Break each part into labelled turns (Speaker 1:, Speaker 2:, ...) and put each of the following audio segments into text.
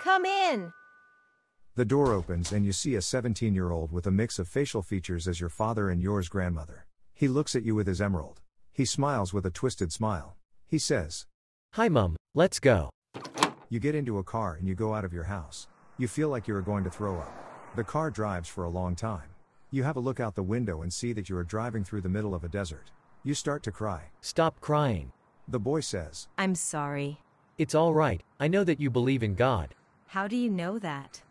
Speaker 1: Come in!
Speaker 2: The door opens and you see a 17 year old with a mix of facial features as your father and yours grandmother. He looks at you with his emerald. He smiles with a twisted smile. He says,
Speaker 3: Hi, Mum, let's go.
Speaker 2: You get into a car and you go out of your house. You feel like you are going to throw up. The car drives for a long time. You have a look out the window and see that you are driving through the middle of a desert. You start to cry.
Speaker 3: Stop crying.
Speaker 2: The boy says,
Speaker 1: I'm sorry.
Speaker 3: It's all right, I know that you believe in God.
Speaker 1: How do you know that?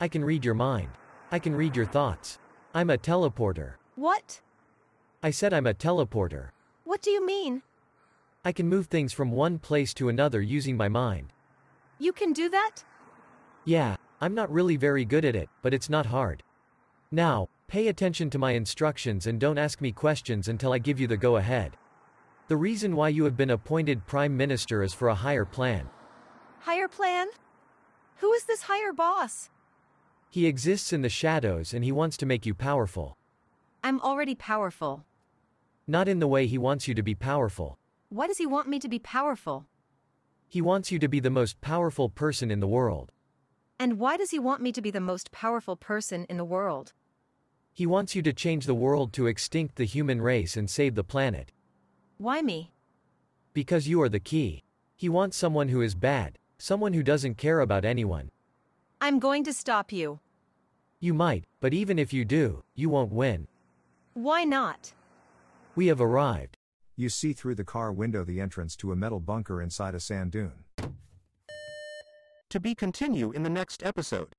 Speaker 3: I can read your mind. I can read your thoughts. I'm a teleporter.
Speaker 1: What?
Speaker 3: I said I'm a teleporter.
Speaker 1: What do you mean?
Speaker 3: I can move things from one place to another using my mind.
Speaker 1: You can do that?
Speaker 3: Yeah, I'm not really very good at it, but it's not hard. Now, pay attention to my instructions and don't ask me questions until I give you the go ahead. The reason why you have been appointed Prime Minister is for a higher plan.
Speaker 1: Higher plan? Who is this higher boss?
Speaker 3: He exists in the shadows and he wants to make you powerful.
Speaker 1: I'm already powerful.
Speaker 3: Not in the way he wants you to be powerful.
Speaker 1: Why does he want me to be powerful?
Speaker 3: He wants you to be the most powerful person in the world.
Speaker 1: And why does he want me to be the most powerful person in the world?
Speaker 3: He wants you to change the world to extinct the human race and save the planet.
Speaker 1: Why me?
Speaker 3: Because you are the key. He wants someone who is bad, someone who doesn't care about anyone.
Speaker 1: I'm going to stop you.
Speaker 3: You might, but even if you do, you won't win.
Speaker 1: Why not?
Speaker 3: We have arrived.
Speaker 2: You see through the car window the entrance to a metal bunker inside a sand dune.
Speaker 4: To be continue in the next episode.